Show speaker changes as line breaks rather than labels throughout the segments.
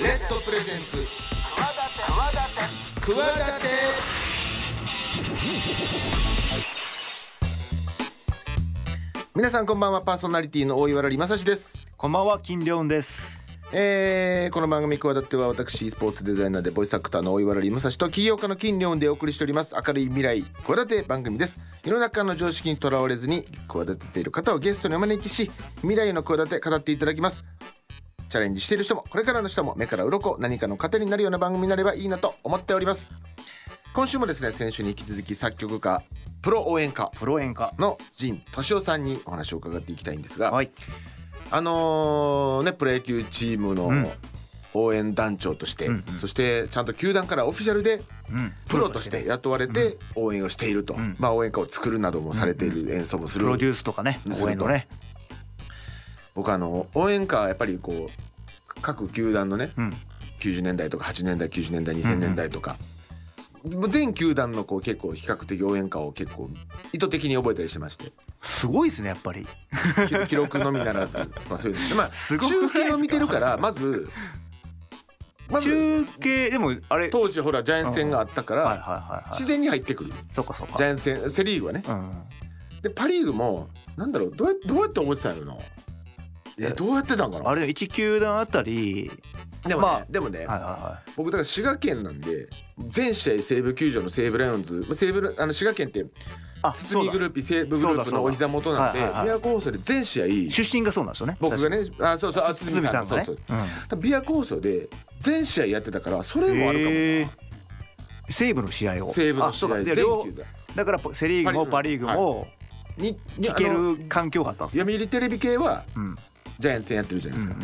レッドプレゼンツ企て皆さんこんばんはパーソナリティの大岩良理正史です
こんばんは、金良雲です。
えー、この番組「企て」は私スポーツデザイナーでボイスアクターの大岩良理正史と企業家の金良雲でお送りしております明るい未来企て番組です世の中の常識にとらわれずに企てている方をゲストにお招きし未来の企て語っていただきますチャレンジしている人もこれからの人も目から鱗何かの糧になるような番組になればいいなと思っております今週もですね先週に引き続き作曲家プロ応援歌
プロ演歌。
の陣俊夫さんにお話を伺っていきたいんですが、
はい。
あのーねプロ野球チームの
うん
応援団長として、
うんうん
そしてちゃんと球団からオフィシャルで
うん。
プロとして雇われて応援をしていると、
ん
まあ、応援歌を作るなどもされている演奏もす
プ
る、
ロデュースとかね、応援のね。
僕あの応援歌はやっぱりこう各球団のね
うん。
90年代とか8年代90年代2000年代とか、全球団のこう結構比較的応援歌を結構意図的に覚えたりしてまして
すごいですね、やっぱり。
記 記録のみならず、まあ、そういうのでまあ
す
中
ごくないですか
継を見てるからまずまず
中継、でも、あれ。はい
当時ほらジャイアンツ戦があったか
はい
ら
はいは
自然に入ってくる
い。そっかそっ
ジャ
か。
イアンツ戦セ・リーグはね
うん。
でパ・リーグもなんだろうどうやどうやって覚えてたんやろなえどうやってたんかな
あれ、一球団あたり。
でもね,、
まあ
でもね
はいは
僕だから滋賀県なんで全試合西武球場の西武ライオンズまあ西武ラあの滋賀県って
いはい。あ、
堤グ
だ。
ループ西武グループのお膝元なんで
そうだそうだはいはい
琵琶湖放送で全試合
出身がそうなんですよね。
僕がねあそうそうあ
確か。堤さんがね
そうそう。
うん
多分琵琶湖放送で全試合やってたからそれもあるかも、
へえ。西部の試合を。
西武の
あ
試
そ
合
うか
全
いや両
球団
だから、セリーグもパ
パ
リ
リー
ーグ
グ
も。
にに
行
あ
け
の
る環境があったんですね。
読売テレビ系は
うん。
ジャイアンツ戦やってるじゃないです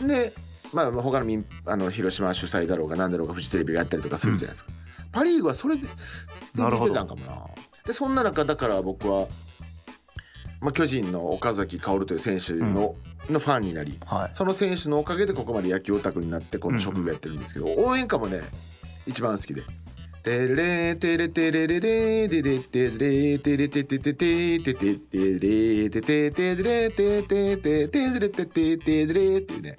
か、で、まあ、他の民あの広島主催だろうが何だろうがフジテレビがやったりとかするじゃないですか、パ・リーグはそれで
なるほ
見
ど
てたんかもなでそんな中だから僕は、まあ、巨人の岡崎薫という選手の,、のファンになり
はい。
その選手のおかげでここまで野球オタクになってこの職業やってるんですけど、応援歌もね一番好きで。テレテレテレレレテレテレテレテテテテテテテレテテテレテテテテレテテテレっていうね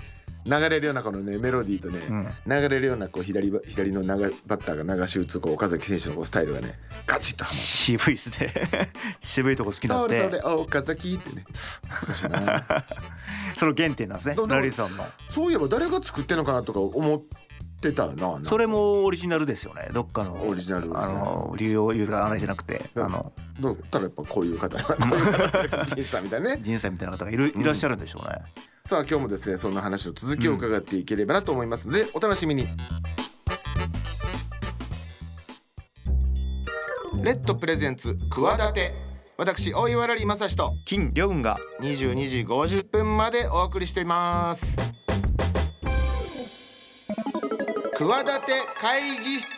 流れるようなこのねメロディーとね、
うん。
流れるようなこう左ば左の長いバッターが流し打つこう岡崎選手のこうスタイルがねガチッとは
渋いですね 渋いとこ好きな
ま
ん
る。それそ
で
れ岡崎ってね懐かしいな。
その原点なんですね
どど
ラリーさんの
そういえば誰が作ってんのかなとか思ってたななんか
それもオリジナルですよねどっかの
オリジナルですね
あの流用言うとあれじゃなくてあ
うん
の
どうたらやっぱこういう方こういう方審査みたい なね
人生みたいな方がいる
うん
いらっしゃるんでしょうね、
さあ今日もですねそんな話の続きを伺っていければなと思いますので、お楽しみにレッドプレゼンツ企て私大岩良利正史と
金良雲が
22時50分までお送りしています企て会議室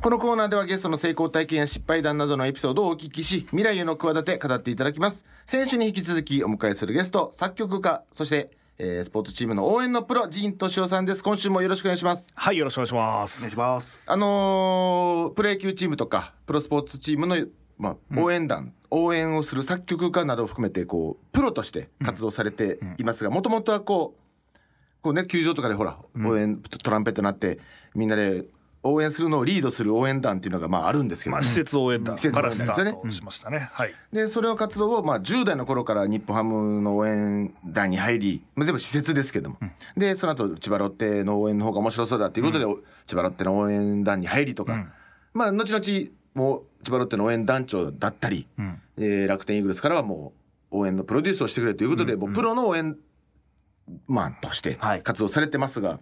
このコーナーではゲストの成功体験や失敗談などのエピソードをお聞きし未来への企て語っていただきます先週に引き続きお迎えするゲスト作曲家そして、えースポーツチームの応援のプロ陣俊夫さんです今週もよろしくお願いします
はい、よろしくお願いします。
します
あのープロ野球チームとかプロスポーツチームの、まあ、応援団、応援をする作曲家などを含めてこうプロとして活動されていますがもともとはこうこう、ね、球場とかでほら応援、トランペットになってみんなで応援するのをリードする応援団っていうのがまああるんですけど、
まあ、施設応援団
施設応
か
援団で
らス
す
タ
よね
ートしましたね。はい。
でそれを活動をまあ10代の頃から日本ハムの応援団に入り、まあ、全部施設ですけども、でその後千葉ロッテの応援の方が面白そうだっていうことで、千葉ロッテの応援団に入りとか、まあ後々もう千葉ロッテの応援団長だったり、
うん
えー楽天イーグルスからはもう応援のプロデュースをしてくれということで、もうプロの応援マンとして
はい
活動されてますが、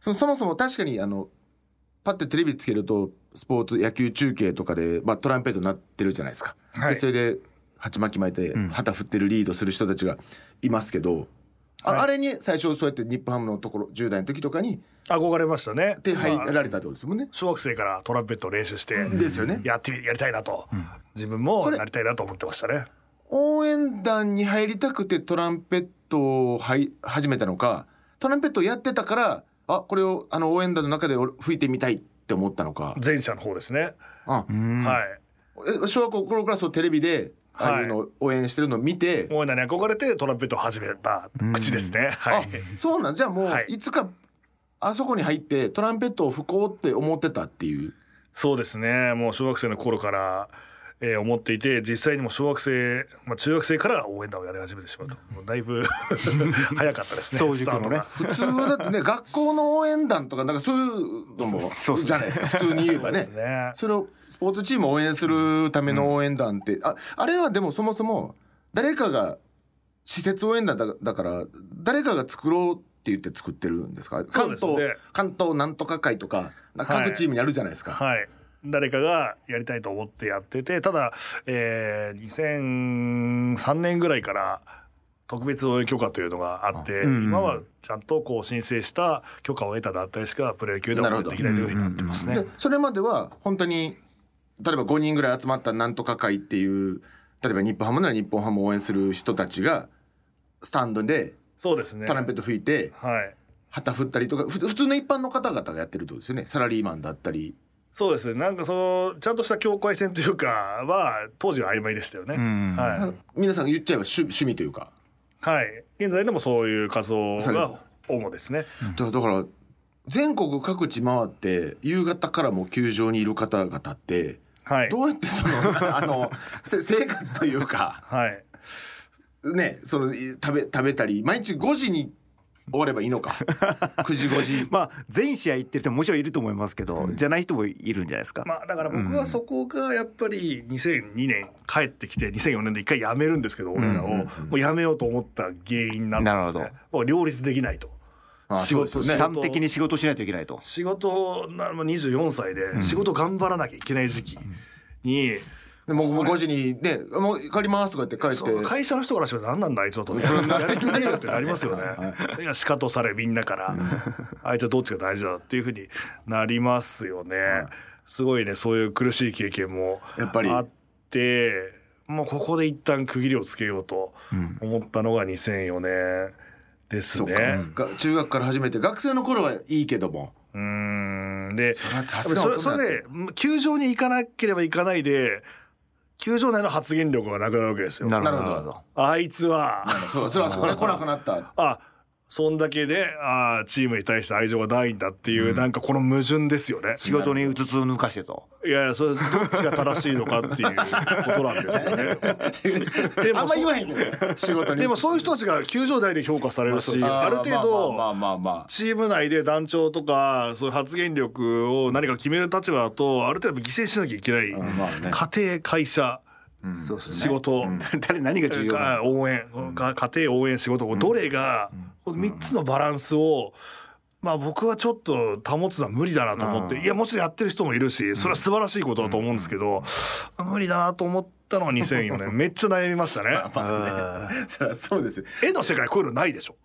そのそもそも確かにあのパッてテレビつけるとスポーツ野球中継とかで、まあ、トランペットになってるじゃないですか。
はい
でそれで鉢巻き巻いて
ん
旗振ってるリードする人たちがいますけど、ああれに最初そうやって日本ハムのところ10代の時とかに
憧れましたね。
手入
まあ
られたってことですもんね。
小学生からトランペットを練習して、
ですよね
やってみやりたいなと、自分もなりたいなと思ってましたね。
応援団に入りたくてトランペットをはい始めたのかトランペットをやってたからあこれをあの応援団の中で俺吹いてみたいって思ったのか。
前者の方ですね。
あ
はい。
え小学校の頃からそうテレビでああいうのを応援してるのを見て、
オーナーに憧れてトランペットを始めた口ですね。はい。
あそうなんじゃあもう、
はい
い、つかあそこに入ってトランペットを吹こうって思ってたっていう
そうですね。もう小学生の頃から、えー思っていて、実際にもう小学生、まあ中学生から応援団をやり始めてしまうと、もうだいぶ 早かったですね。
早熟のね
スタート
普
が。
通だってね学校の応援団とかなんかそういうのも
そうそう
じゃないですか普通に言えば
で
ね
すね。
それをスポーツチームを応援するための応援団って、ああれはでもそもそも誰かが施設応援団だだから誰かが作ろうって言って作ってるんですか
そう
関
ですね
東関東なんとか会とかなんか
はい
各チームにあるじゃないですか、
はい。誰かがやりたいと思ってやってて、ただ、えー2003年ぐらいから、特別応援許可というのがあって、
うんうん
今はちゃんとこう申請した許可を得た団体しかプロ野球では応援できないというふうになってますね
で。それまでは本当に例えば5人ぐらい集まったなんとか会っていう例えば日本ハムなら日本ハムを応援する人たちがスタンドで
そうですね。
トランペット吹いて
はい。
旗振ったりとかふ普通の一般の方々がやってるってことですよねサラリーマンだったり
そうですね。なんかその、ちゃんとした境界線というかは、当時は曖昧でしたよね。
うん
は い。
皆さん言っちゃえば趣趣味というか
はい。現在でもそういう活動
され
が主ですね。
だからだから全国各地回って夕方からも球場にいる方々って
はい。
どうやってそ のあのせ生活というか。
はい。
ねそのい食べ食べたり毎日5時に終わればいいの か9時5時
まあ全試合行ってる人ももちろんいると思いますけど、じゃない人もいるんじゃないですか。
まあだから僕はそこがやっぱり2002年帰ってきて2004年で一回辞めるんですけど俺らをもう辞めようと思った原因なんです
なる
ね。もう両立できないと。
あ
仕事
そうです
ね
端的に仕事しないといけないと。
仕事をなまあ24歳で仕事頑張らなきゃいけない時期に、
でもうもう5時にね「もう帰ります」とか言って帰
そう
って
会社の人からしたら何なんだあいつはとやる気ないよってなりますよね。いやしかとされみんなからあいつはどっちが大事だっていうふうになりますよね。すごいねそういう苦しい経験も
やっぱり
あってもうここで一旦区切りをつけようと思ったのが2004年です
そうか
ね。
が中学から始めて学生の頃はいいけども
うーんで
それはさ
そ
すが
れそれで球場に行かなければ行かないで球場内の発言力がなくなるわけですよ。
なるほど
あいつは
そうそれはそこで来なくなった
あそんだけであーチームに対して愛情がないんだっていう、なんかこの矛盾ですよね
仕事にうつつ抜かしてと。
いやいやそれどっちが正しいのかっていうことなんですよねで
あ
も
んま
そ
言わへんけどね仕事に
でもそういう人たちが球場内で評価されるし、あ、る程度、
まあまあまあまあ
チーム内で団長とかそういう発言力を何か決める立場だとある程度犠牲しなきゃいけない、
まあまあね
家庭会社、
そうですね
仕事、
誰何が重要なの
が応援、が家庭応援仕事どれが、この3つのバランスを、まあ、僕はちょっと保つのは無理だなと思って、いやもちろんやってる人もいるしそれは素晴らしいことだと思うんですけど、無理だなと思ったのが2004年 めっちゃ悩みましたね。うん
そりゃそうですよ
絵の世界こういうのないでしょ。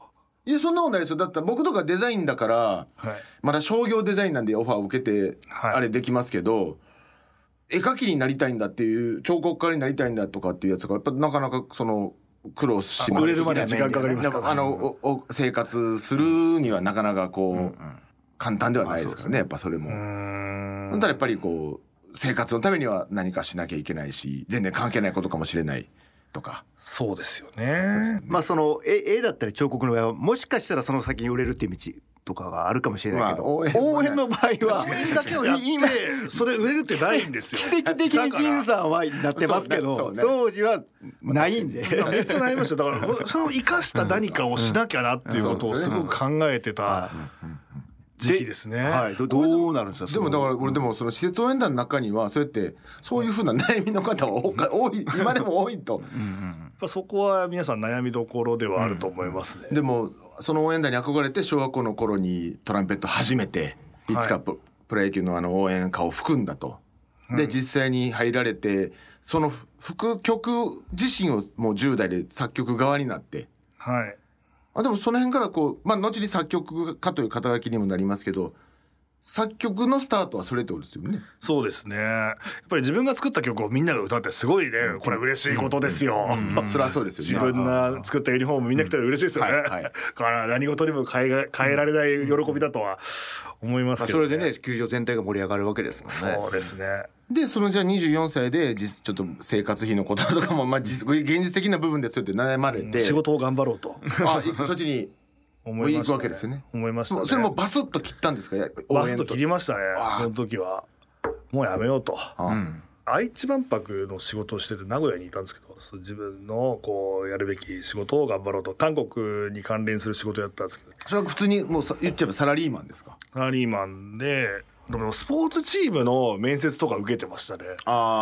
いやそんなことないですよだって僕とかデザインだから
はい
まだ商業デザインなんでオファーを受けて
はい
あれできますけど、絵描きになりたいんだっていう彫刻家になりたいんだとかっていうやつがやっぱなかなかその苦労します
売れるまで時間かかります
なん
か
かあ
ら。
のおお生活するにはなかなかこう、簡単ではないですからねやっぱそれも。
う
だ
ーん
からやっぱりこう生活のためには何かしなきゃいけないし全然関係ないことかもしれないとか。
そうですよね。
まあその絵絵だったり彫刻の場合はもしかしたらその先に売れるっていう道とかがあるかもしれないけど、
まあ応援もね
応援の場合は
応援だけをやって
今
それ売れるってないんですよ。
奇跡的に仁さんはなってますけ
だからそう
ど、
ね
当時はないんで。
めっちゃ悩みましたよだからそれを生かした何かをしなきゃなっていうことをすごく考えてた時期ですね。
はい、どどうなるんですか。
でもだ
ら
から俺でもその施設応援団の中にはそうやってそういうふうな悩みの方は多か多い今でも多いと
やっぱそこは皆さん悩みどころではあると思いますね。
でもその応援団に憧れて小学校の頃にトランペット始めていつかプ,、プロ野球のあの応援歌を吹くんだと。で実際に入られてその吹く曲自身をもう10代で作曲側になって
はい。
あでもその辺からこう、まあ、後に作曲家という肩書きにもなりますけど作曲のスタートはそれってことですよね。
そうですねやっぱり自分が作った曲をみんなが歌ってすごいねこれ嬉しいことですよ、
それはそうです
自
よね。
分が作ったユニフォームみんな着たら嬉しいですよね、
うんはいはい
から何事にも変えが変えられない喜びだとは思います
まあ
け
そ
ど、
れでね球場全体が盛り上がるわけですもんね
そうですね
でそのじゃあ24歳で実ちょっと生活費のこととかも、まあ、実現実的な部分でそうやって悩まれて、
仕事を頑張ろうと
あいそっちに
思いま
行
した、ね、
くわけですよね
思いました、ね、
それもバスッと切ったんですかや
バスと切り
応援
ましたね
わあ
その時はもうやめようと
あうん
愛知万博の仕事をしてて名古屋にいたんですけどそう自分のこうやるべき仕事を頑張ろうと韓国に関連する仕事やったんですけど
それは普通にもうさ言っちゃえばサラリーマンですか
サラリーマンででもスポーツチームの面接とか受けてましたね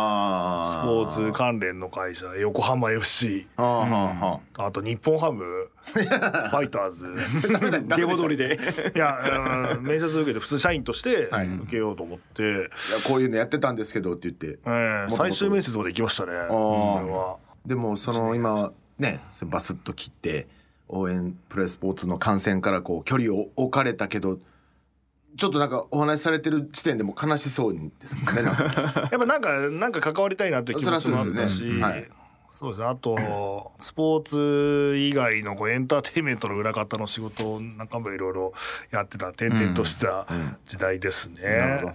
ス
あ
ポーツ関連の会社横浜 FC
あーはあは
あと日本ハム ファイターズ
あ
出戻りで
いやうん面接受けて普通社員として受けようと思って、
いやこういうのやってたんですけどって言って
えー最終面接まで行きましたね自分は。
でもその今ねそのバスッと切って応援プロスポーツの観戦からこう距離を置かれたけどちょっとなんかお話しされてる時点でもう悲しそうですもんねなんか
やっぱなんか、なんか関わりたいなって気持ちもあった
そりゃそう
し
ですよねはい、
そうですね。あと、スポーツ以外のこうエンターテインメントの裏方の仕事なんかもいろいろやってた、転々とした時代ですね。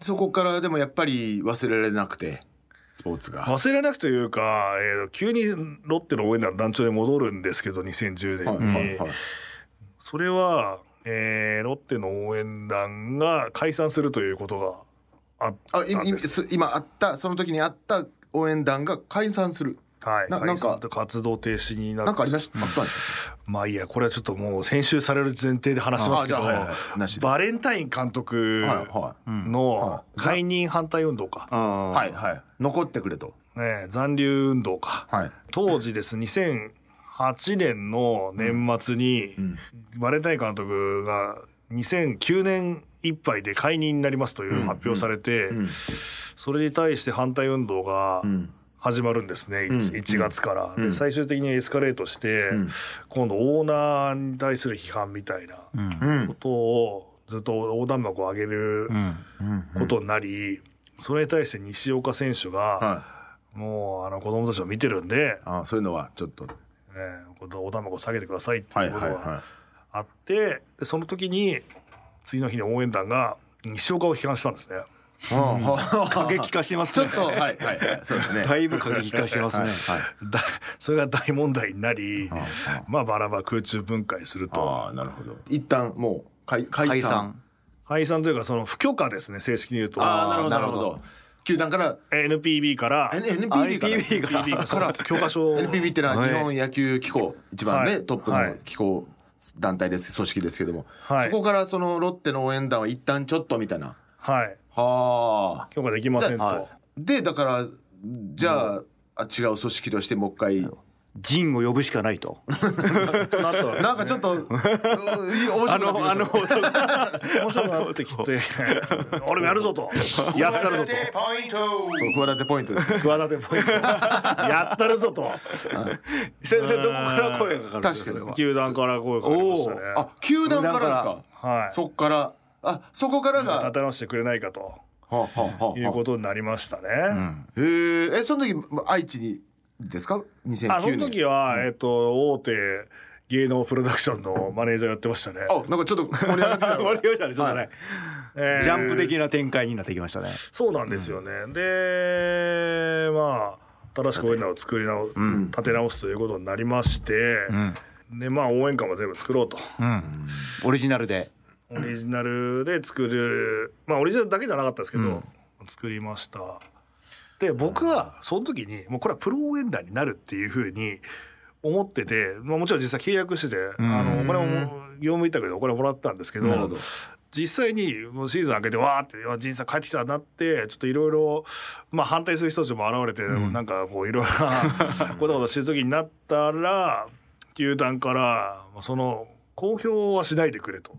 そこからでもやっぱり忘れられなくてスポーツが。
忘れなくというか、えー急にロッテの応援団団長に戻るんですけど、2010年に。
はい
それは、えーロッテの応援団が解散するということがあった
あい
ん
い
です。
す今あったその時にあった応援団が解散する
はい、
ななん
解
か
散と活動停止になって
なんかありましたあったんですか
まあいいやこれはちょっともう編集される前提で話しますけど、
あじゃあはいはいなしで
バレンタイン監督
はいは
の解任反対運動か、
あ
はいはい残ってくれと
ね、残留運動か、
はい
当時です2008年の年末に、バレンタイン監督が2009年いっぱいで解任になりますという発表されて、それに対して反対運動が始まるんですね、1, 1月から、で最終的にエスカレートして、今度オーナーに対する批判みたいなことをずっと横断幕を上げることになり、それに対して西岡選手が、
はい
もうあの子供たちを見てるんで、
あそういうのはちょっと
ね、お玉を下げてくださいって
はいいう
こ
はい
と
は
があって、でその時に次の日に応援団が西岡を批判したんですね。
いうんは
過激化してます
ちょ
ね
っとはいはいはいそうですね
だいぶ過激化してますね、
だそれが大問題になり、
ああ
まあバラバラ空中分解すると
ああなるほど一旦もう解解
解
散
散
解散というかその不許可ですね正式に言うと
ああなるほどな
なる
るほ
ほど
ど球団から
NPB から
NPB から
NPB から
NPB から教科書を
NPB ってのは
はい
日本野球機構一番ね、
はい
トップの機構団体です組織ですけども、
はい
そこからそのロッテの応援団は一旦ちょっとみたいな
はい
はあ
許可できませんと、
はい
でだからじゃあ,、あ違う組織としてもう一回
ジンを呼ぶしかないと
なったわけです
なんかちょっと、うん面白くな
あ
ってきま
の
した
あの
面白くなってき て俺もやるぞとやったるぞ
企
と
てポイントです
企てポイントやったるぞと
先生どこから声がかかるんです
確かに
それは
球団から声かかりましたね
あ球団からですか
はい
そっからあそこからが、は
立て直してくれないかと
あはあはあ
いうことになりましたね、
へーえその時ま愛知にですか2009年
あその時は、えっと大手芸能プロダクションのマネージャーやってましたね、
あなんかちょっと盛り上がってきた
終わりましたねちょっとね
えー
ジャンプ的な展開になってきましたね
そうなんですよね、でまあ新しく応援団を作り直、立て直すということになりまして、でまあ応援歌も全部作ろうと、
オリジナルで
オリジナルで作るまあオリジナルだけじゃなかったですけど、作りましたで僕はその時にもうこれはプロ応援団になるっていうふうに思ってて、まあ、もちろん実際契約してて、あのお金も業務委託でお金もらったんですけど実際にもうシーズン明けてわーってあ人生帰ってきたなってちょっといろいろまあ反対する人たちも現れて、なんかこういろいろ なことことしてる時になったら球団からまあその公表はしないでくれと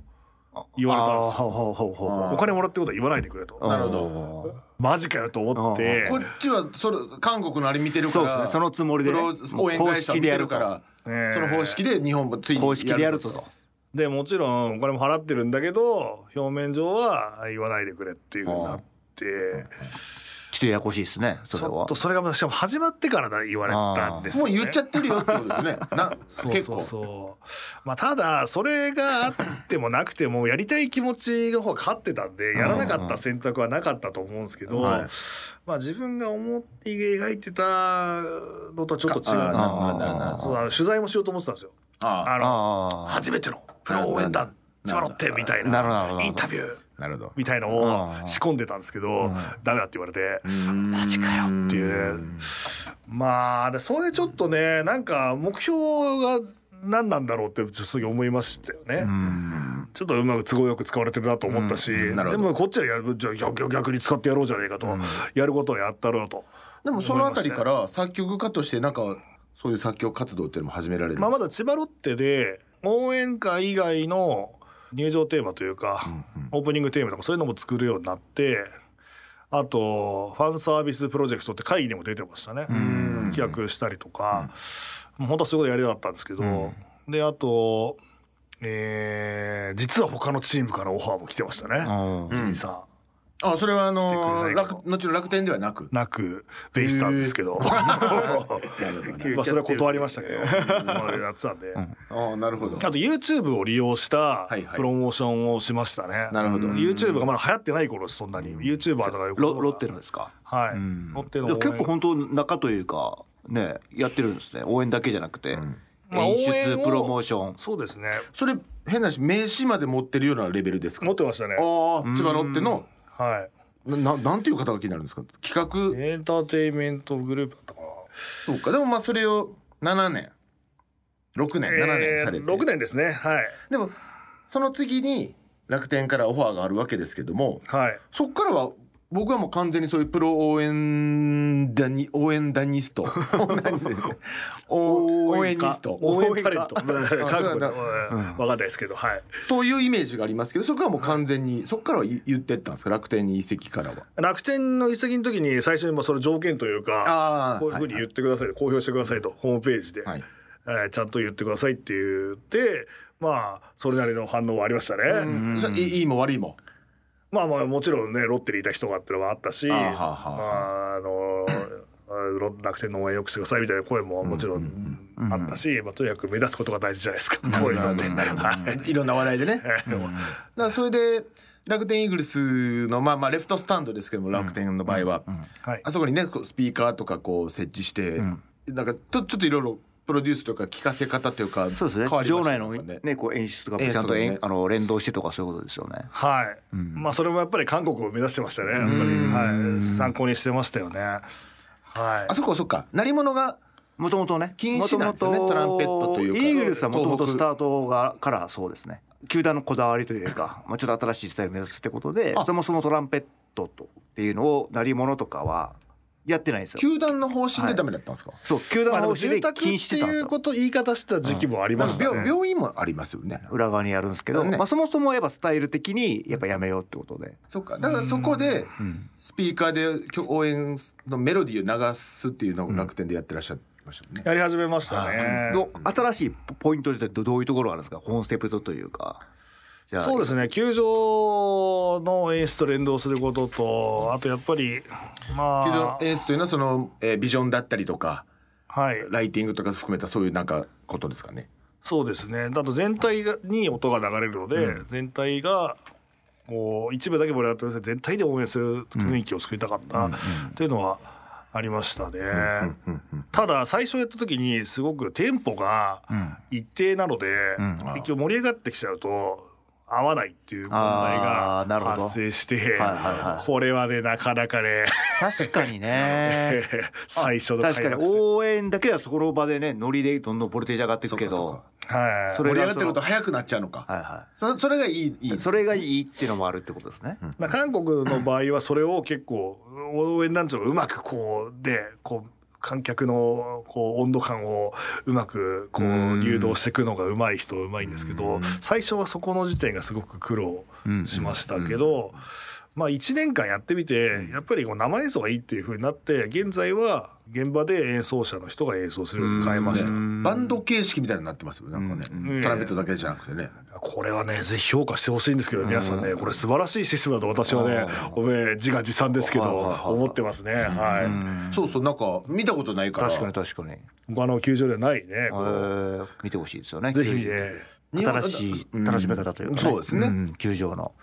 言われたんです
ほ
よ。
うほうほうほう
あー
お金もらってことは言わないでくれと。
なるほど
マジかよと思って
こっちはそれ韓国のあれ見てるか
そう
ら
ですねそのつもりでね
プロ応援会社見てるから
公式でやると
その方式で日本もついに
公式でやるぞと
でもちろんお金も払ってるんだけど表面上は言わないでくれっていうふうになって
ちょっとややこしいですねそ
ち
れ
ょ
は
っとそれがしかも始まってからだ言われたんです
も
よ、
う
ね、
言っちゃってるよってことです ね。な
そう
結
そ
構
うそうまあただそれがあってもなくてもやりたい気持ちの方が勝ってたんでやらなかった選択はなかったと思うんですけど、
はい
まあ自分が思って描いてたのとはちょっと
あー
違うな
なるほどなるほどなるほ
そうあの取材もしようと思ってたんですよ
あ
あの
あ
初めてのプロ応援団千葉ロッテみたい
なるほどなるほど
なインタビュー
あなるほど。
みたいのを仕込んでたんですけど、ダメだって言われて、マジかよっていうね。まあ、でそれでちょっとね、なんか目標が何なんだろうって、ちょっと思いましたよね。ちょっとうまく都合よく使われてるなと思ったし、
なるほ
で
ど
もこっちはやるじゃあ逆逆に使ってやろうじゃねえかと、やることはやったろうと。
でもそのあたりから作曲家としてなんかそういう作曲活動っていうのも始められる。
まあ、まだ千葉ロッテで応援歌以外の入場テーマというか、オープニングテーマとかそういうのも作るようになってあとファンサービスプロジェクトって会議にも出てましたね企画したりとか、もう本当はそういうことやりたかったんですけど、であと、えー実は他のチームからオファーも来てましたね。
あ
じいさん
あそれはあの
来てくれないか
楽後の楽天ではなく。
なくベイスターズですけど、 まあそれは断りましたけど、まあやってたんで、
ああなるほど。
あと YouTube を利用した
はいはい
プロモーションをしましたね。
なるほど
うん YouTube がまだ流行ってない頃ですそんなに。YouTuber とかいう
ロロッテのですか
はい。ロッテの
い
応
や
援。
結構本当中というかねやってるんですね応援だけじゃなくて、
まあ
演
応援を
出プロモーション
そうですね。
それ変なし名刺まで持ってるようなレベルですか。
持
あ
ってましたね
あ。千葉ロッテの
はい。
なななんていう肩書きになるんですか。企画
エンターテインメントグループだったかな。
そうかでもまあそれを7年6年7年されて。
6年ですね。はい。
でもその次に楽天からオファーがあるわけですけども
はい。
そっからは僕はもう完全にそういうプロ応援ダニ応援ダニス ト何でお応援ニスト
応援タレント。ま あ
あ
覚悟
だか
のうんわかんないですけど、はい。
というイメージがありますけどそこはもう完全にそこからは言ってったんですか楽天に移籍からは。
楽天の移籍の時に最初にまあその条件という
あー
かこういうふうに言ってください、公表してくださいとホームページで、
はい
えーちゃんと言ってくださいって言ってまあそれなりの反応はありましたね、
それいいいいも悪いも。
まあまあもちろんねロッテにいた人がっていうのはあったし
あーは
ま
あは
ああのーロ楽天の応援よくしてくださいみたいな声ももちろんあったし、まあ、とにかく目立つことが大事じゃないですか、こういうのって。 はい
いろんな話題で ね。だからそれで楽天イーグルスのまあまあレフトスタンドですけども楽天の場合は、
はい
あそこにねこうスピーカーとかこう設置して、なんかとちょっといろいろプロデュースとか聞かせ方というか
そうですね
変わりま
場
した
内
よ
の
ね。
ねこう演出とか
ええ
もちゃんと、
そうだね
えんあの連動してとかそういうことですよね
はい、まあそれもやっぱり韓国を目指してましたねやっぱり、はい、参考にしてましたよねはい
あそこそっか鳴り物が
もともとね
禁止なんですよね
元々
トランペットというか
イーグルスはもともと
東北
スタートがからそうですね球団のこだわりという か、まあ、ちょっと新しいスタイルを目指すってことで
あ
そもそもトランペットとっていうのを鳴り物とかはやってないんですよ
球団の方針でダメだったんですか。
そう球団
まあ、で
の
も
方針
住
で
宅
禁止
っ
しててたんです
いう
よ
こと言い方してた時期もありま
なん
し
か
た
病
ね。
病院もありますよね。
裏側にやるんですけど、
だね
まあ、そもそもやっぱスタイル的にやっぱやめようってことで、
そっかだからそこでスピーカーできょ応援のメロディーを流すっていうのを楽天でやってらっしゃいましたもんね。
やり始めましたね。
ど新しいポイントでどどういうところがあるんですかコンセプトというかじゃあ
そうですね球場の演出と連動することとあとやっぱり
球団
まあ
エースというのはその、えービジョンだったりとか
はい
ライティングとか含めたそういうなんかことですかね。
そうですねだと全体がに音が流れるので、全体がこう一部だけ盛り上がってください全体で応援する雰囲気を作りたかったというのはありましたね、ただ最初やった時にすごくテンポが一定なので、結局盛り上がってきちゃうと合わないっていう問題
あ
が
ーなるほど
発生して
はいはいはい
これはねなかなかね
確かに ね
最初の
確か
開
に
幕戦
応援だけではそこの場でねノリでどんどんボルテージ上がっていくけ
そう
ど
かそうか
はい
そ
盛
れ
り
が
上がってること早くなっちゃうのか。
はいは
そそれがいいいい
い。それがいいっていうのもあるってことですね、
まあ、韓国の場合はそれを結構応援団長がうまくこうでこう観客のこう温度感をうまくこう流動していくのがうまい人はうまいんですけど最初はそこの時点がすごく苦労しましたけどまあ、1年間やってみてやっぱりこう生演奏がいいっていう風になって現在は現場で演奏者の人が演奏するように変えました、
バンド形式みたいになってますよなんかね、
うん
トランペットだけじゃなくてね、
これはねぜひ評価してほしいんですけど皆さんねこれ素晴らしいシステムだと私はねおめえ自画自賛ですけど思ってますねは
そうそうなんか見たことないから
確かに確かに、
い他の球場ではないね
えー、見てほしいですよね
ぜひね
日本
新しい楽しめ方というか、
そうですね
ん球場の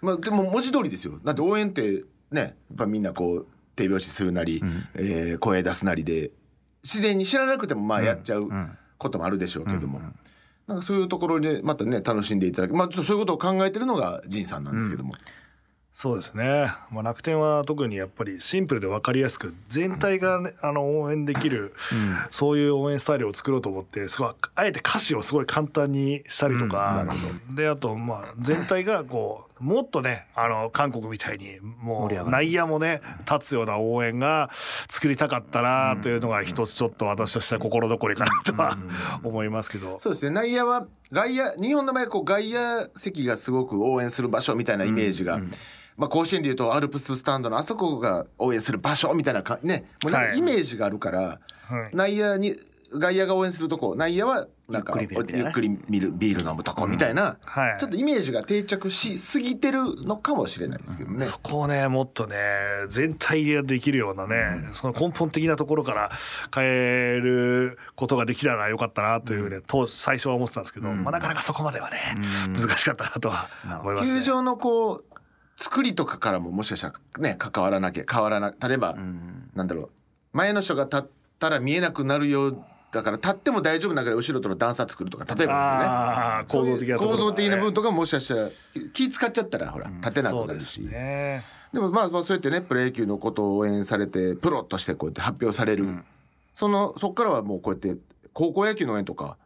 まあ、でも文字通りですよだって応援ってねやっぱみんなこう手拍子するなり、えー声出すなりで自然に知らなくてもまあやっちゃううこともあるでしょうけども、なんかそういうところでまたね楽しんでいただくまあちょっとそういうことを考えてるのが仁さんなんですけども、
そうですね、まあ、楽天は特にやっぱりシンプルで分かりやすく全体が、ね、あの応援できる、そういう応援スタイルを作ろうと思ってすごいあえて歌詞をすごい簡単にしたりとか、であとまあ全体がこうもっとねあの韓国みたいにもう内野もね立つような応援が作りたかったなというのが一つちょっと私としては心残りかなとは思いますけど。
そうですね内野は外野日本の場合こう外野席がすごく応援する場所みたいなイメージが、まあ、甲子園でいうとアルプススタンドのあそこが応援する場所みたいなかねもうなんか
はい
イメージがあるから、
はい
内野に外野が応援するとこ内野はなんか
ゆっくり見るみたいな
ゆっくり見るビール飲むとこみたいな、
はい
ちょっとイメージが定着しすぎてるのかもしれないですけどね。
そこをねもっとね全体でできるようなね、その根本的なところから変えることができたらよかったなというね、当時最初は思ってたんですけど、まあ、なかなかそこまではね、難しかったなとは思います
球
ね。
場のこう作りとかからももしかしたらね関わらなきゃ変わらな例えば、なんだろう前の人が立ったら見えなくなるようだから立っても大丈夫なぐらい後ろとの段差作るとか例えば
ああ
ですよ
構
ね
造的なとこ
構
ろ、
造的な部分とかもしかしたら気気使っちゃったらほら立てな
そ
く
う
な
で
る
す
し、
ね。
でもまあまあそうやってねプロ野球のことを応援されてプロとしてこうやって発表される、そのそこからはもうこうやって高校野球の応援とか、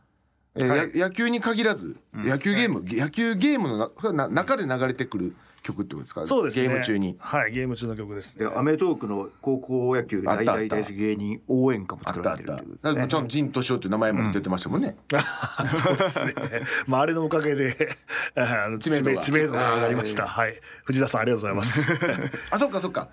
えー
はい
や野球に限らず、野球ゲーム、野球ゲームのなな中で流れてくる曲ってことですか
そうですね。
ゲーム中に。
はいゲーム中の曲です
い
ね。
やアメトーークの高校野球
あった
大
あっ
大
た
大好き芸人応援歌も
あ
作
った
ら
あっ
れてる
た。
っ
だ
ていう
からもちろん陣敏夫っていう名前も出てましたもんね。
そうですね。まああれのおかげで あの知名
知名
度
度が
知名度が上がりました。はい藤田さんありがとうございます。
あそっかそっか。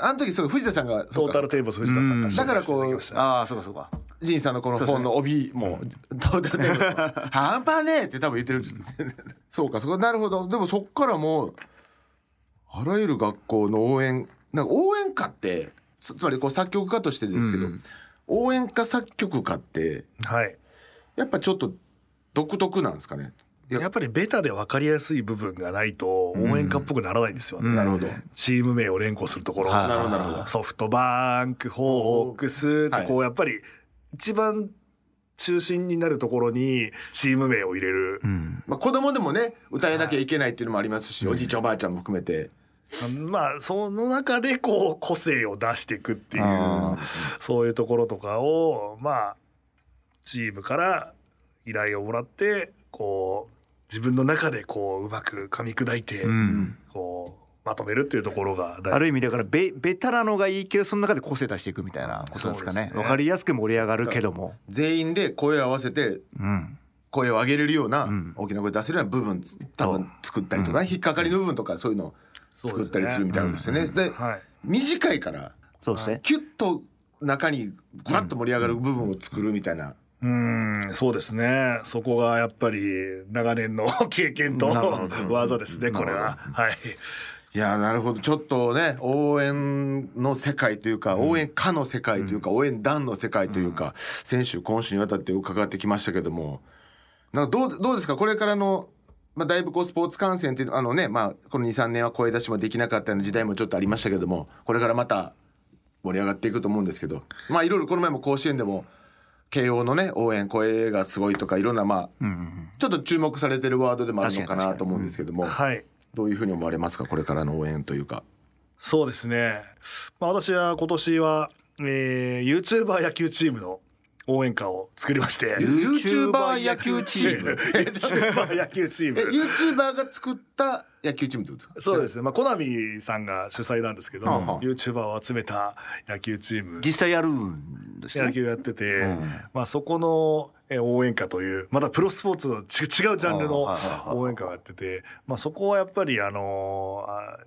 あの時そうか藤田さんがそ
ト
う
ー
か
タルテーブス藤田さんが紹介していただきました
ああそうかそうか
陣さんのこの本の帯もトータルテーブルの「半端ねえ!」って多分言ってるんですよねそうかそこなるほどでもそっからもうあらゆる学校の応援なんか応援歌ってつつまりこう作曲家としてですけど、応援歌作曲家って
はい。
やっぱちょっと独特なんですかね
やっぱりベタで分かりやすい部分がないと応援歌っぽくならないんですよね。
なるほど
チーム名を連呼するところ、
なるほどなるほど
ソフトバンクホークスとこうやっぱり一番中心になるところにチーム名を入れる、
まあ、子供でもね歌えなきゃいけないっていうのもありますし、おじいちゃんおばあちゃんも含めて
まあその中でこう個性を出していくっていうそういうところとかをまあチームから依頼をもらってこう自分の中でこううまく噛み砕いて、こうまとめるっていうところが大
あ
事
る意味だからベベタなのがいいけどその中で個性出していくみたいなことですか
そう
ね
ですね
わ、かりやすく盛り上がるけども、
全員で声を合わせて
うん、
声を上げれるような、大きな声出せるような部分多分作ったりとかね、引っかかりの部分とかそういうのを作ったりするみたいなことですよね。で
はい
短いから
そうですね
キュッと中にぐわっと盛り上がる部分を作るみたいな、
うーんそうですねそこがやっぱり長年の 経験と技ですねこれははい
いやーなるほどちょっとね応援の世界というか応援歌の世界というか、応援団の世界というか、先週今週にわたって伺ってきましたけどもなんかどうどうですかこれからの、まあ、だいぶこうスポーツ観戦っていうあのね、まあ、この23年は声出しもできなかったような時代もちょっとありましたけどもこれからまた盛り上がっていくと思うんですけどまあいろいろこの前も甲子園でも慶応のね応援声がすごいとかいろんなまあ、ちょっと注目されてるワードでもあるのかなと思うんですけども。
はい
どういうふうに思われますかこれからの応援というか。
そうですね、まあ、私は今年は、えー、YouTuber 野球チームの応援歌を作りまして
ユーチューバー野球チーム。
YouTuber 野球チー
え、
ム
ユーチューバーが作った野球チームってことですか。
そうですねまあコナミさんが主催なんですけど
はあはあ
YouTuber を集めた野球チーム
実際やるんです
野
ね
球やってて、まあ、そこのえー応援歌というまたプロスポーツのち違うジャンルの応援歌をやってて、まあ、そこはやっぱりあのーあ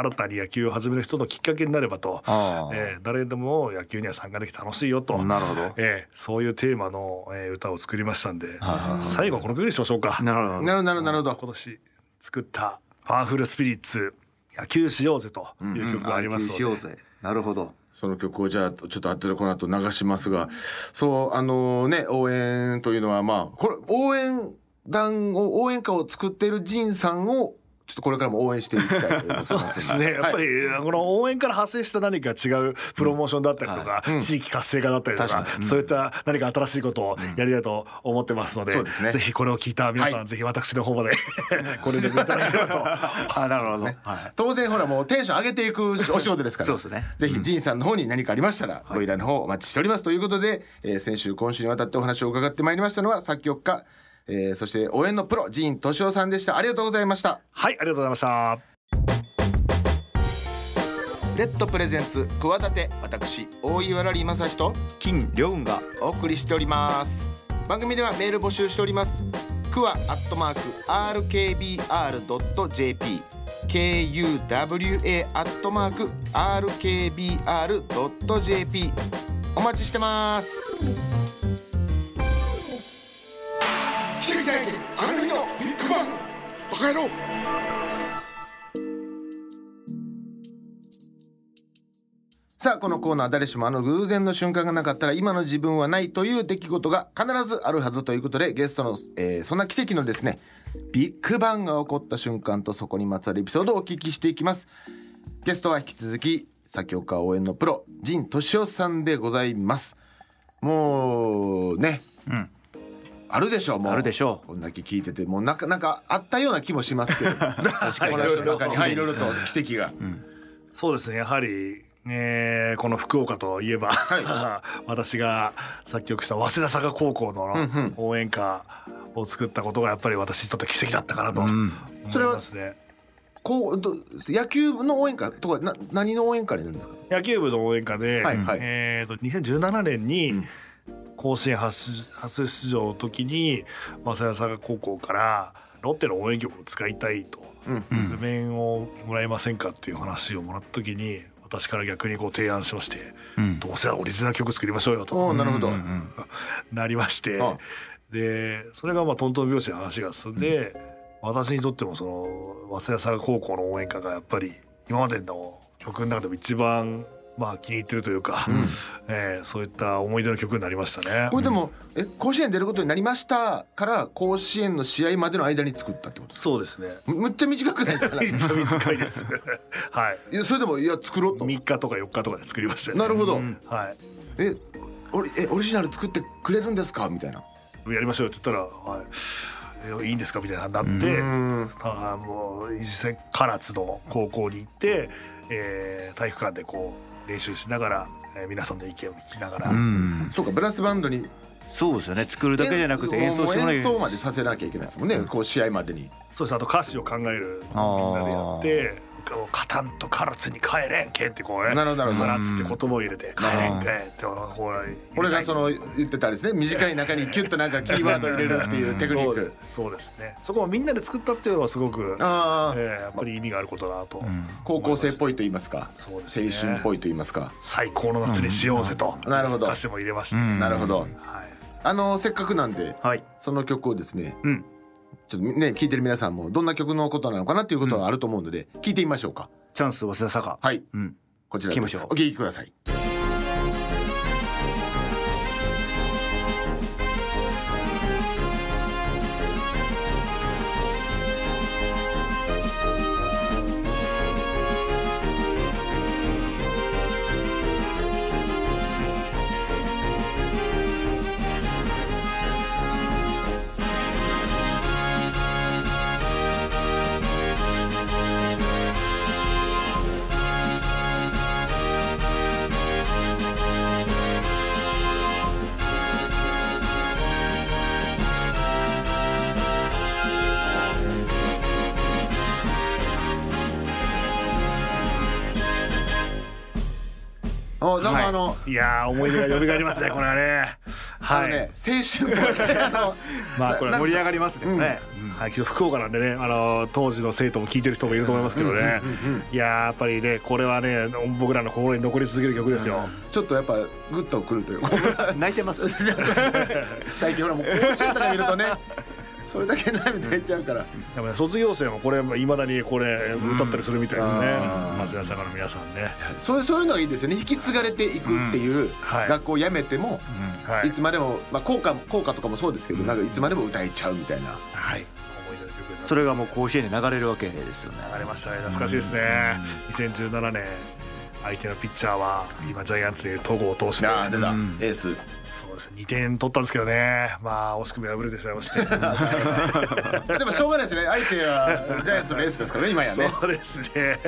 新たに野球を始める人のきっかけになればと、
あー
えー誰でも野球には参加できて楽しいよと、
なるほど
えーそういうテーマの、えー歌を作りましたんで、
は
最後はこの曲にしましょうか。
なるほど。
なるほどなるほどなるほど
今年作った「パワフルスピリッツ野球しようぜ」という曲がありますので、
しようぜなるほ ど
その曲をじゃあちょっと後でこの後流しますがそうあのね応援というのはまあこれ応援団を応援歌を作っている仁さんをちょっとこれからも応援していきたいと思います
そうですね、やっぱりこの応援から派生した何か違うプロモーションだったりとか、地域活性化だったりとかそういった何か新しいことをやりたいと思ってますので,、
そうですね
ぜひこれを聞いた皆さん、ぜひ私の方 までご連絡いただければと
あなるほどはい
当然ほらもうテンション上げていくお仕事ですから
そうですね
ぜひ仁さんの方に何かありましたらご依頼の方お待ちしておりますということで、えー先週今週にわたってお話を伺ってまいりましたのは作曲家、えーそして応援のプロ仁敏夫さんでしたありがとうございました
はいありがとうございました。
レッドプレゼンツ企て私大岩良理正史と
金良雲が
お送りしております番組ではメール募集しておりますくわアットマーク RKBR.jp KUWA アットマーク RKBR.jp お待ちしてます一人体験あの日のビッグバンバカ野郎さあこのコーナー誰しもあの偶然の瞬間がなかったら今の自分はないという出来事が必ずあるはずということでゲストの、えーそんな奇跡のですねビッグバンが起こった瞬間とそこにまつわるエピソードをお聞きしていきますゲストは引き続き作曲家応援のプロ陣俊夫さんでございますもうね、あるでしょうもう
あるでしょう
こんだけ聞いててもうなんかなんかあったような気もしますけ ど確
かに
の中にはいいろいろと奇跡が、
そうですねやはりえーこの福岡といえば、 私が作曲した早稲田坂高校の応援歌を作ったことがやっぱり私にとって奇跡だったかなと思い
それは
ますね。
こうど野球の応援歌とかな何の応援歌になるんですか
野球部の応援歌で、
はいはい
えーと2017年に甲子園初初出場の時に早稲田坂高校からロッテの応援曲を使いたいと
うん
譜面をもらえませんかっていう話をもらった時に私から逆にこう提案しまして、どうせオリジナル曲作りましょうよと
おーなるほど、
なりまして、
あ
でそれがまあトントン拍子の話が進んで、私にとってもその早稲田佐賀高校の応援歌がやっぱり今までの曲の中でも一番まあ気に入ってるというか、えーそういった思い出の曲になりましたね
こ。れでも、え甲子園出ることになりましたから甲子園の試合までの間に作ったってことです
そうですね。
かむむっちゃ短くないですか
めっちゃ短いです。 はい。
いやそれでもいや作ろうと
3日とか4日とかで作りましたね。
なるほど、
はい。
えオリえオリジナル作ってくれるんですかみたいな
やりましょうよって言ったら、はい、えいいんですかみたいなになって、ああもう実際唐津の高校に行って、えー体育館でこう練習しながら、えー皆さんの意見を聞きながら、
そうかブラスバンドに
そうですよね。作るだけじゃなくて演奏してもら
演
える
奏までさせなきゃいけないですもんね、こう試合までに
そうですあと歌詞を考えるみんなでやって「カタンと唐津に帰れんけん」ってこうね
なるほどなるほど
唐津って言葉を入れて「帰れんけん」ってこう
これがその言ってたあれですね短い中にキュッとなんかキーワード入れるっていうテクニッ
そうで
ク
すそうですねそこをみんなで作ったっていうのはすごく、え
あー
ーやっぱり意味があることだなと、
高校生っぽいと言いますか
そうですね
青春っぽいと言いますか
最高の夏にしようぜと、
んなるほど
歌詞も入れました、
なるほど
はい
あのせっかくなんで
はい
その曲をですね、
うん
ちょっとね聞いてる皆さんもどんな曲のことなのかなっていうことはあると思うので、聞いてみましょうか
チャンス早稲田坂
はい
うん
こちら
聞
で
き
す
ましょう
お聴きくださいあなんかあの、
いやー思い出が蘇りますねこれはね
あ
は
の
い、
ね青春もねあの
まあこれ
盛り上がりますね、
ん
ね
はい、けど福岡なんでね、あの当時の生徒も聞いてる人もいると思いますけどね、いやーやっぱりねこれはね僕らの心に残り続ける曲ですよ、
ちょっとやっぱグッとくるというか
泣いてます
最近ほらもう甲子園とか見るとねそれだけ涙出ちゃうから
でもね卒業生もこれいまだにこれ歌ったりするみたいですね、松田坂の皆さんね、
そうそういうのがいいですよね引き継がれていくっていう
はい
学校をやめても、、
はいい
つまでも、まあ、効果効果とかもそうですけど、なんかいつまでも歌えちゃうみたいな
はい、思い出の曲になって
それがもう甲子園で流れるわけですよね
流れましたね懐かしいですね、2017年相手のピッチャーは今ジャイアンツにいる戸郷投手
出た、
で
エース
そうですね2点取ったんですけどねまあ惜しくも敗れてしまいまして
でもしょうがないですね相手はジャイアンツのエースですからね今やね
そうですね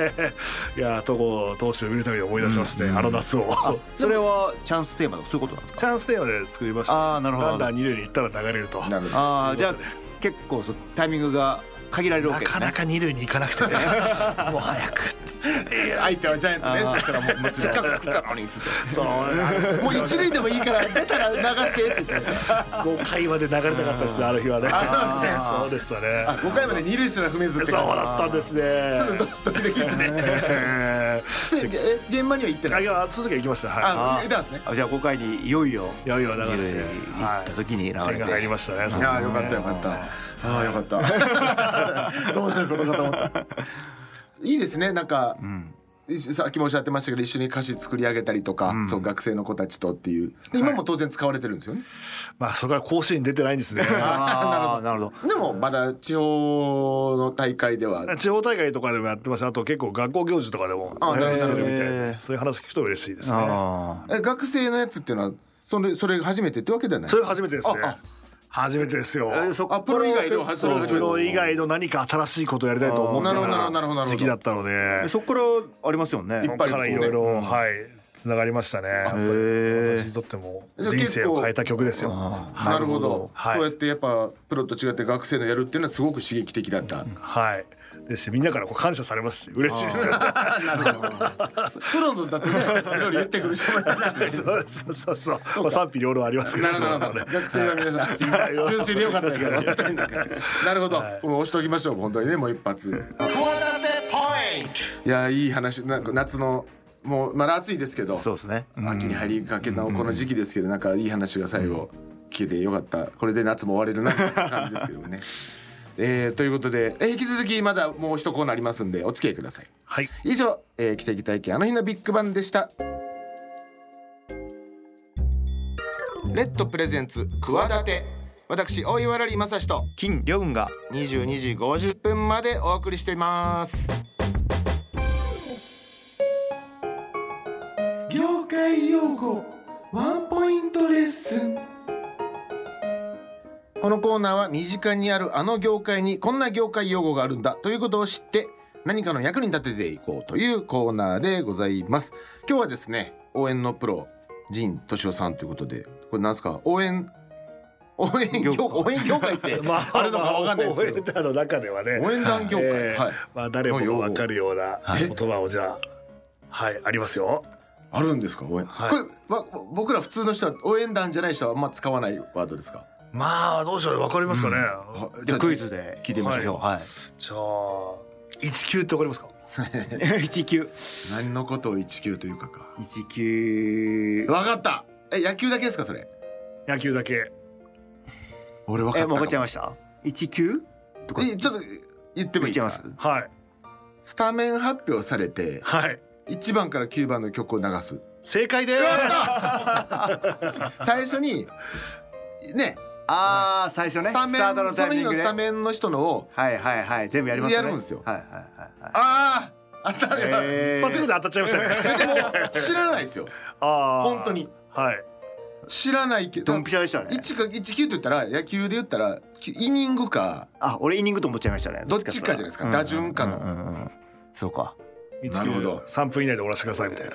いやー戸郷投手を見るたびに思い出しますね、あの夏を
それはチャンステーマとかそういうことなんですか
チャンステーマで作りました、
あーなるほど
ランナー二塁に行ったら流れると
なるほど
ああじゃあ結構そうタイミングが限られるわ
な
けで
か
す
な
ね
か二塁に行かなくてねもう早く
相手はジャイアンツのエースですからもうせっかく作ったのにっつって
そう
もう一塁でもいいから出たら流してって言って
5回まで流れたかったですある日はね
あ
そうでしたね
あ5回まで二塁すら踏めずっ
そ
て
うだったんですね
ちょっとドキドキですね
え
でえ現場には行って
ー
な
あ
い
いやその時は行きました
あ
は
出たんですね
あじゃあ5回にいよいよ
いいやいや流れ
二
て
塁に行
は
った
い
時に流れ
点
て
が入りましたねその時
ああよかったよかった。ああよかった。 どうなることかと思った。いいですねなんか、いさっきもおっしゃってましたけど一緒に歌詞作り上げたりとか、そう学生の子たちとっていう。で今も当然使われてるんですよね。
まあそれから甲子園出てないんですね
ああなるほど
でもまだ地方の大会では。
地方大会とかでもやってますあと結構学校行事とかでも
あなるほど
してるみたい
へ
で
ー
そういう話聞くと嬉しいですね
あ
え学生のやつっていうのはそれそれが初めてってわけではない
そ。れ初めてですね初めてですよ
あそっ
あプロ以外では初
そ
め
の
て。
プロ以外の何か新しいことをやりたいと思って
あーなるほどなるほどなるほど
た時期だったので
そっからありますよね
いっぱい
からいろいろはいつながりましたねやっぱり私にとっても人生を変えた曲ですよ
なるほど、
はい
そうやってやっぱプロと違って学生のやるっていうのはすごく刺激的だった、
はいですしみんなからこう感謝されますし嬉しいです よ
プロのだってねいろいろ言ってくる人もいるな
そう そうそうそうまあ賛否両論ありますけど
なるほどなるほど。学生の皆さん、純粋でよかったですから。本当になんかなるほど。もう押しておきましょう。本当にね、もう一発。いや、いい話、なんか夏の、もう、まだ暑いですけど。
そうですね
秋に入りかけのこの時期ですけど、なんかいい話が最後。聞けてよかった。これで夏も終われるなって感じですけどね。えーということで、えー引き続きまだもう一コーナーありますんでお付き合いください
はい
以上、えー奇跡体験あの日のビッグバンでしたレッドプレゼンツ企て私大岩良理正史と
金良雲が
22時50分までお送りしています業界用語ワンポイントレッスンこのコーナーは身近にあるあの業界にこんな業界用語があるんだということを知って何かの役に立てていこうというコーナーでございます今日はですね応援のプロ陣敏夫さんということでこれなんですか応援応援業応援業界って あるのかわかんないですけど
応援団の中ではね
応援団業界
えー
はい
まあ誰もが分かるような言葉をじゃあはいありますよ
あるんですか応援、
はい
これわ僕ら普通の人は応援団じゃない人はあんま使わないワードですか
まあどうしよう分かりますかね
は
じゃあクイズ
で
で
聞いてみましょう
はい
じゃあ19って分かりますか
19
何のことを一級というかか
19
わかったえ野球だけですかそれ
野球だけ
俺わ
えもう分かっちゃい
ま
ました19とか
えちょっと言ってもい
言
い
っち
で
ゃい
す
ま
か
す
はい
スタメン発表されて
はい
1番から9番の曲を流す
正解です
最初にね
ああ最初ね
スタメン
ートのタ
そ
イ
の日の
ミング
ス
で
タメンの人のを
はいはいはい全部やりますね
やるんですよ
はいはいはいはい
あああったね、
え
一発目で当たっちゃいました ね
でも知らないですよ
ああ
本当に
はい
知らないけど
ドンピシャでしたね
1か1級と言ったら野球で言ったらきイニングか
あ俺イニングと思っちゃいましたね
どっちかじゃないですか
うん
打順かの
うんうんうんそうか
1
なるほど
級3分以内で終わらせてくださいみたい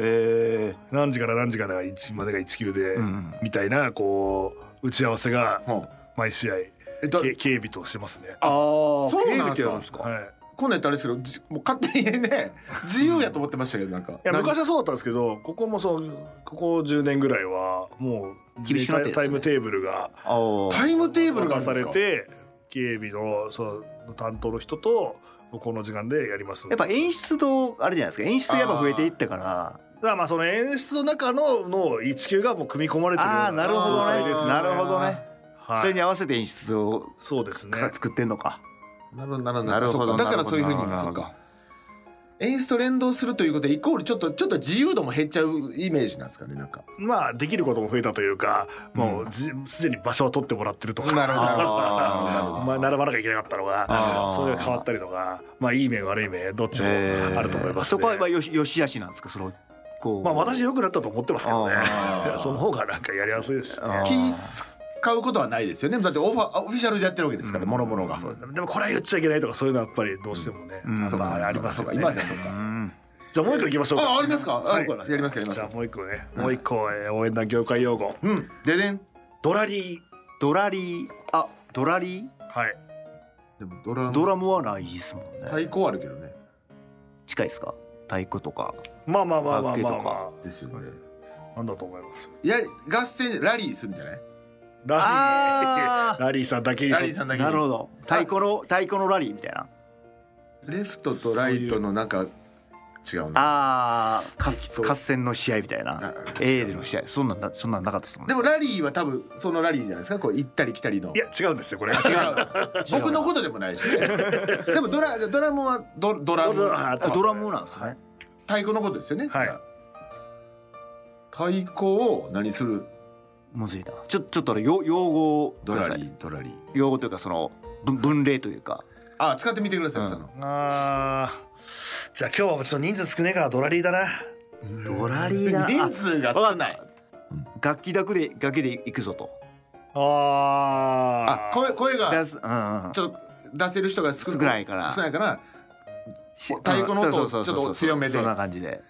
な
え
何時から何時から1までが1級で、
ん
みたいなこう打ち合わせが
もう
毎試合
えだ
け警備としてますね。
ああ
そうなんすか
はい、
こんなんやったらあれですけどじもう勝手に ね自由やと思ってましたけどなんか
いや
なん
昔はそうだったんですけどここもそうここ10年ぐらいはもう
厳しくなってるんですね
タイムテーブルが
あ
タイムテーブルが
あ
出
そ
さ
うな
れ
ん
て警備のそう担当の人とこの時間でやります
やっぱ演出とあれじゃないですか演出やっぱ増えていったから
だからまあその演出の中のの一級がもう組み込まれてるよう
ああーなるほど
状態ですよ
ね
ね
なるほどね
はい、
それに合わせて演出を
そうですね
から作ってんのか
なるほどなるほど
なるほど
そうかだから
なるほど
そういうふうに
なる
そ
ほ
う
ど
か演出と連動するということでイコールちょっとちょっと自由度も減っちゃうイメージなんですかねなんか
まあできることも増えたというかもうじすでに場所は取ってもらってるとか
なるほどなるほど なるほど
まあ、並ばなきゃいけなかったのがそれが変わったりとかまあいい面悪い面どっちもあると思います、
そ
ね
こはまあよしよし悪しなんですかそのこう
まあ私良くなったと思ってますけどね
あ
その方がなんかやりやすいですね
気使うことはないですよねだってオファーオフィシャルでやってるわけですからもろもろが
そうでもこれは言っちゃいけないとかそういうのはやっぱりどうしてもね、
ん
まああります
そう
よ
か今
ね
じゃそうか
じゃあもう一個いきましょうか
あありますかあ
はい
僕はやりますやります
じゃあもう一個ねもう一個、えー応援団業界用語
うんででん
ドラリー
ドラリーあドラリー
はい
でもドラ
ドラムはないですもんね
太鼓はあるけどね
近いですか太鼓とか
まあまあまあまあまあまあ
ですよね
なんだと思います
やり合戦ラリーするんじゃない
ラリ
あ
ーラリーさんだけに
ラリーさんだけに
なるほど太鼓の太鼓のラリーみたいな
レフトとライトのなんか違うな
あーか
適当
合戦の試合みたいな
あ
エールの試合そんなんなそんなんなかったですもん
で
ね
もラリーは多分そのラリーじゃないですかこう行ったり来たりの
いや違うんですよこれ
違う僕のことでもないしねでもドラドラムはドドラム
あ
あドラムなんですね、
太鼓のことですよね、
はい
じゃあ太鼓を何する
むずいなちょちょっとあの用用語を
ドラ
くださ
リ
い
ードラリー
用語というかその分分類というか
あ使ってみてください、
うん
その
あーじゃあ今日はちょっと人数少ねえからドラリーだな
ドラリーだ
人数が少ない
楽器だけで楽器で行くぞと
あ
あ
声声
出
が
す、うんうん、
ちょっと出せる人が少
少ないから
少ないから
し
太鼓の音を
そうそうそうそう
ちょっと強めで
そんな感じで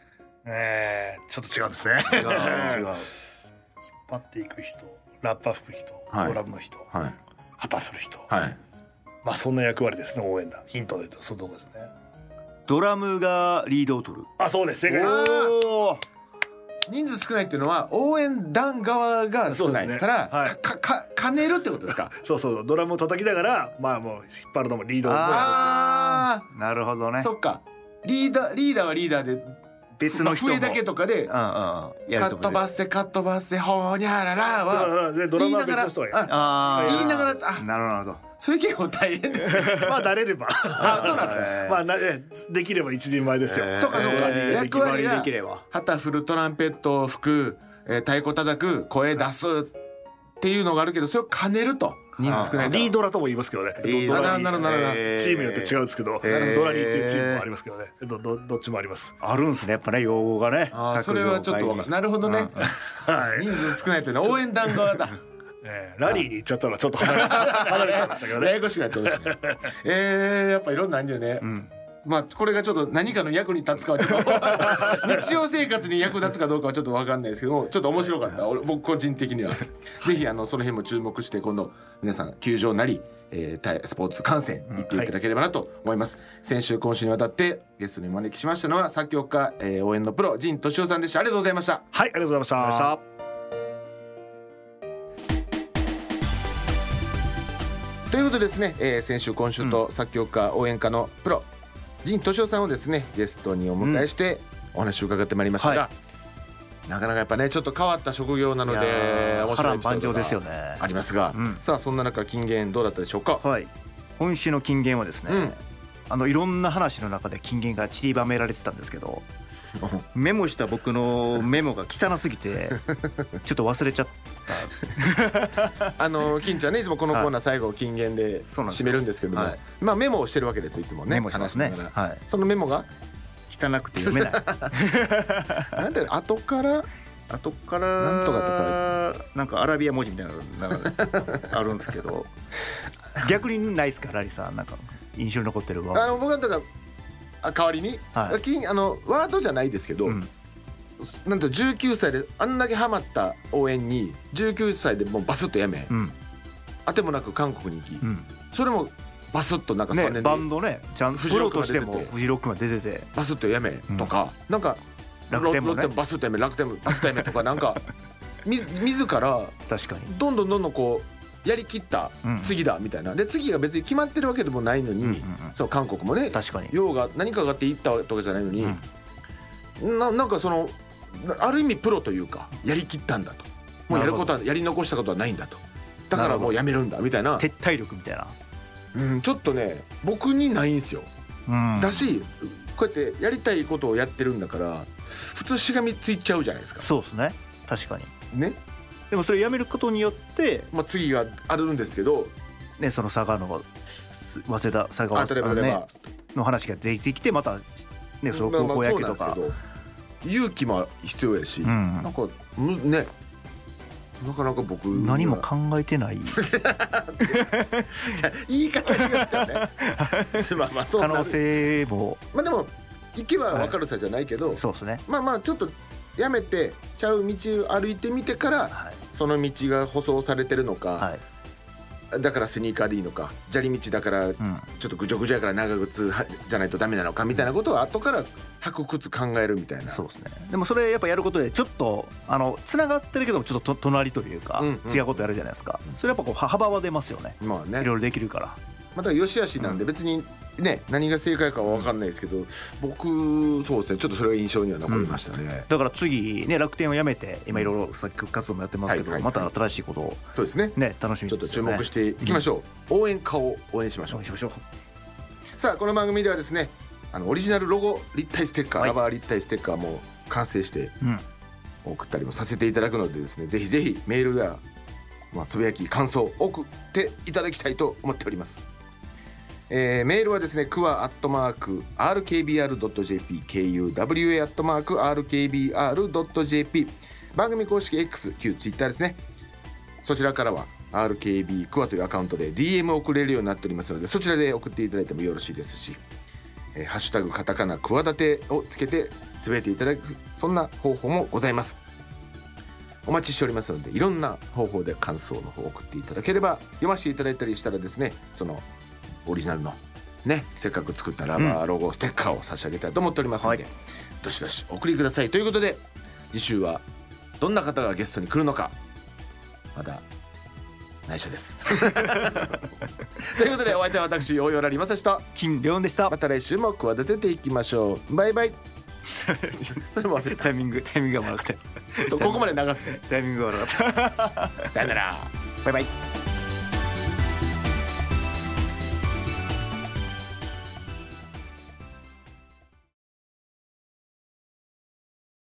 えー、ちょっと違うんですね
違う違う
引っ張っていく人ラッパ吹く人、
はい
ドラムの人
はい
旗振る人、
はい
まあそんな役割ですね応援団ヒントで言うとそのとこですね
ドラムがリードを取る
あそうです正解です
おお
人数少ないっていうのは応援団側が少ないから、
そうですねはい
かかかねるってことですか
そうそうドラムを叩きながらまあもう引っ張るのもリードも
あ
なるほど
あ
ね
そっかリーダーリーダーはリーダーで
別の人も
まあ、笛だけとかで
うんうんうんや
カッ
ると思
ト
う
バッセカットバッセほーにゃらら
だから
は
でドラマは別の人が
言い
い
なが
る
らあ
あー
言いながらあ
なるほどなるほど
それ結構大変 ですね
まあ慣れれば
あそうなんですね
まあなえできれば一人前ですよ、
そうかそうか役割が
できれば
旗振るトランペットを吹く、えー、太鼓叩く声出すっていうのがあるけどそれを兼ねると人数少ないから
リードラとも言いますけどね
リードラ
ドラリ
なるほどなるほど
チームによって違うんですけど、
ー
ドラリーっていうチームもありますけどねどどどっちもあります
あるんですねやっぱね用語がね
あー
各
それはちょっとわかる
業界に
なるほどね、
はい
人数少ないというのは応援団側だ
えーラリーに行っちゃったのはちょっと離れ 離れちゃいましたけど
や
ね
やこしくなっちゃうしねえー、やっぱいろんなんでね、まあこれがちょっと何かの役に立つかはちょっ と日常生活に役立つかどうかはちょっと分かんないですけどもちょっと面白かった俺僕個人的にはぜひあのその辺も注目して今度皆さん球場なり、えーたい、スポーツ観戦行っていただければなと思います、先週今週にわたってゲストにお招きしましたのは作曲家、えー応援のプロ陣俊夫さんでしたありがとうございました
はいありがとうございました
ありがとうございました
ということでですね、えー先週今週と作曲家、応援歌のプロ陣敏夫さんをですねゲストにお迎えしてお話を伺ってまいりましたが、
は
なかなかやっぱねちょっと変わった職業なので
いやー
面
波
白いエ
乱
ピソ
万
ード
丈
が
ですよね
ありますが、
うん
さあそんな中金言どうだったでしょうか、
はい今週の金言はですね、
うん
あのいろんな話の中で金言が散りばめられてたんです けどメモした僕のメモが汚すぎてちょっと忘れちゃっ
あの金ちゃんねいつもこのコーナー最後金言で
そうなんです
締
よ
めるんですけども、
はい
まあメモをしてるわけですいつも
た、
ね
メモしますね
話しながら
はい
そのメモが
汚くて読めない
なんて後 から
後から
なんと
とかなんかアラビア文字みたいなのがあるんですけど 逆にないですかラリーさんなんか印象に残ってる
あ
わ
の僕はだからあ代わりに、
はい
金あのワードじゃないですけど、
うん
なんと19歳であんだけハマった応援に19歳でもうバスッとやめ、
うん
あてもなく韓国に行き、
うん
それもバスッとなんか3
ね
年
バ
で
ンドねちゃん
フ
プ
ジロ
ロ
ック
と
が
し
出て
て
て
もフジロックが出てて
バスッとやめとか、なんか
楽天もね
ロッテバスッとやめ楽天もバスッとやめとかなん かみ自ら
確かに
どんどんどんどんこうやりきった
うん
次だみたいな、で次が別に決まってるわけでもないのに、
うんうんうん
そう韓国もね
確かに
用が何かがあって行ったわけじゃないのに、ななんかそのなある意味プロというかやりきったんだともうやることはやり残したことはないんだとだからもうやめるんだみたいな
撤退力みたいな
うん、ちょっとね僕にないんですよ、
うん
だしこうやってやりたいことをやってるんだから普通しがみついちゃうじゃないですか
そうですね確かに
ね、
でもそれやめることによって
まあ、次があるんですけど
ねその佐賀のす早稲田佐
あ
賀
例えば
の,、
例えば
ね、の話が出てきてまたねその
まあ
高
まあ
校野球
そうなんで
と
すけ
か
ど勇気も必要やし、
うん
なんかむねなかなか僕には
何も考えて ない
じゃあ言い方によ ってはねすまんまあそうな
可
る
能性も
まあでも行けば分かるさじゃないけど、
そうですね
まあまあちょっとやめてちゃう道を歩いてみてから
はい
その道が舗装されてるのか、
はい
だからスニーカーでいいのか砂利道だからちょ
うん
っとぐじょぐじょやから長靴はじゃないとダメなのかみたいなことは後から履く靴考えるみたいな
そうですねでもそれやっぱやることでちょっとあのつながってるけどもちょっとと隣というか、
うんうん
違うことやるじゃないですかそれやっぱこう幅は出ますよね
まあね
いろいろできるから
まあだからよし悪しなんで別にね何が正解かは分かんないですけど僕そうですねちょっとそれが印象には残りましたね、
だから次ね楽天を辞めて今いろいろ作曲活動もやってますけど、
はいはいはい
また新しいことを
そうですね
ね楽しみ
ちょっ
で
と
す
注
よね
目していきましょう、応援歌を応援しましょう
しましょう
さあこの番組ではですねあのオリジナルロゴ立体ステッカー、ラバー立体ステッカーも完成して
うん
送ったりもさせていただくのでですねぜひぜひメールや、まあ、つぶやき感想送っていただきたいと思っております、えーメールはですねクワアットマーク RKBR.jp KUWA アットマーク RKBR.jp 番組公式 X 旧 Twitter ですねそちらからは RKB クワというアカウントで DM を送れるようになっておりますのでそちらで送っていただいてもよろしいですしえーハッシュタグカタカナクワダテをつけてつぶやいていただくそんな方法もございますお待ちしておりますのでいろんな方法で感想の方を送っていただければ読ませていただいたりしたらですねそのオリジナルのねせっかく作ったラバーロゴステッカーを差し上げたいと思っておりますので、どしどしお送りくださいということで次週はどんな方がゲストに来るのかまだ内緒です ということでお相手は私大岩良正史と
金良音でした
また来週も企てていきましょうバイバイそれも忘れ
タイミングタイミングが悪くて
たそうここまで流すね
タイミングが悪かった
さよならバイバイ